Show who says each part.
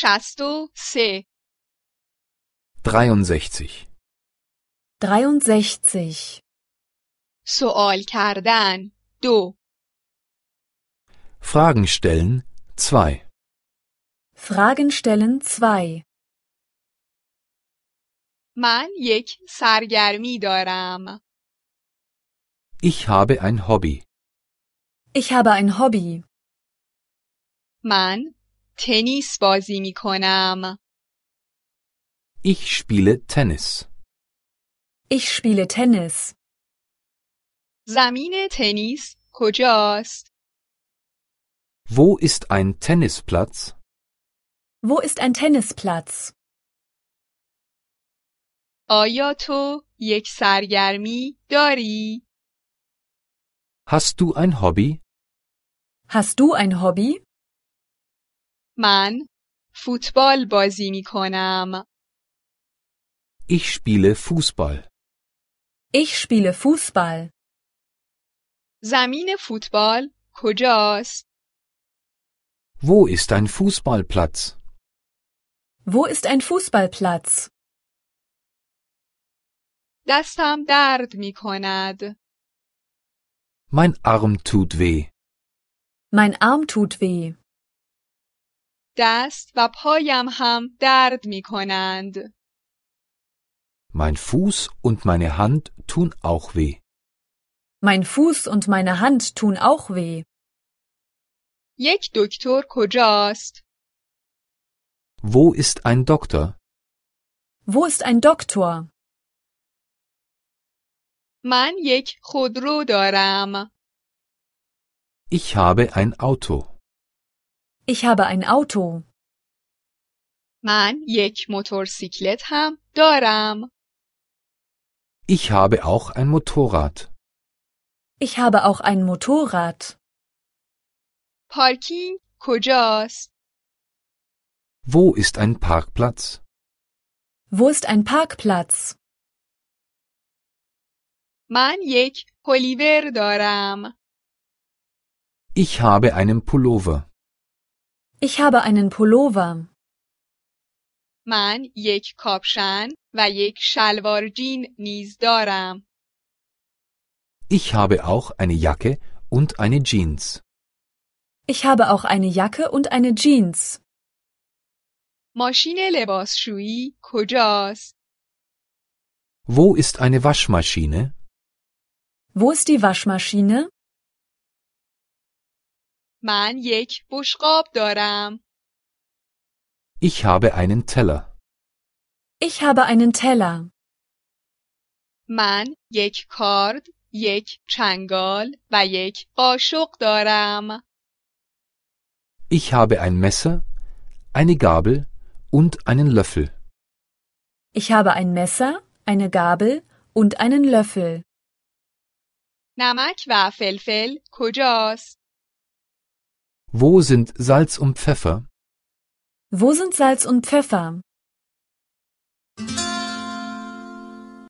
Speaker 1: šesto se,
Speaker 2: 63.
Speaker 3: 63.
Speaker 1: سوال کردن دو
Speaker 2: Fragen stellen 2.
Speaker 3: Fragen stellen 2.
Speaker 1: من یک سرگرمی دارم.
Speaker 2: Ich habe ein Hobby.
Speaker 3: Ich habe ein Hobby.
Speaker 1: من تنیس بازی می کنم.
Speaker 2: Ich spiele Tennis.
Speaker 3: Ich spiele Tennis.
Speaker 1: زمین تنیس کجاست؟
Speaker 2: Wo ist ein Tennisplatz?
Speaker 3: Wo ist ein Tennisplatz?
Speaker 1: آیا تو یک سرگرمی داری؟
Speaker 2: Hast du ein Hobby?
Speaker 3: Hast du ein Hobby?
Speaker 1: من فوتبال بازی می کنم.
Speaker 2: Ich spiele Fußball.
Speaker 3: Ich spiele Fußball.
Speaker 1: زمین فوتبال کجاست؟
Speaker 2: Wo ist ein Fußballplatz?
Speaker 3: Wo ist ein Fußballplatz?
Speaker 1: دستم درد می کند.
Speaker 2: Mein Arm tut weh.
Speaker 3: Mein Arm tut weh.
Speaker 1: دست و پایم هم درد می کنند.
Speaker 2: Mein Fuß und meine Hand tun auch weh.
Speaker 3: Mein Fuß und meine Hand tun auch weh.
Speaker 1: یک دکتر کجاست؟
Speaker 2: Wo ist ein Doktor?
Speaker 3: Wo ist ein Doktor?
Speaker 1: من یک خودرو دارم.
Speaker 2: Ich habe ein Auto.
Speaker 3: Ich habe ein Auto.
Speaker 1: من یک موتورسیکلت هم دارم.
Speaker 2: Ich habe auch ein Motorrad.
Speaker 3: Ich habe auch ein Motorrad.
Speaker 1: پارکینگ کجاست؟
Speaker 2: Wo ist ein Parkplatz?
Speaker 3: Wo ist ein Parkplatz?
Speaker 1: من یک پلیور دارم.
Speaker 2: Ich habe einen Pullover.
Speaker 3: Ich habe einen Pullover.
Speaker 1: من یک کاپشن و یک شلوار جین نیز دارم.
Speaker 2: Ich habe auch eine Jacke und eine Jeans.
Speaker 3: Ich habe auch eine Jacke und eine Jeans.
Speaker 1: ماشین لباسشویی کجاست؟
Speaker 2: Wo ist eine Waschmaschine?
Speaker 3: Wo ist die Waschmaschine?
Speaker 1: من یک بشقاب دارم.
Speaker 2: Ich habe einen Teller.
Speaker 3: Ich habe einen Teller.
Speaker 1: من یک کارد، یک چنگال و یک قاشق دارم.
Speaker 2: Ich habe ein Messer, eine Gabel und einen Löffel.
Speaker 3: Ich habe ein Messer, eine Gabel und einen Löffel.
Speaker 1: نمک و فلفل کجاست؟
Speaker 2: Wo sind Salz und Pfeffer?
Speaker 3: Wo sind Salz und Pfeffer?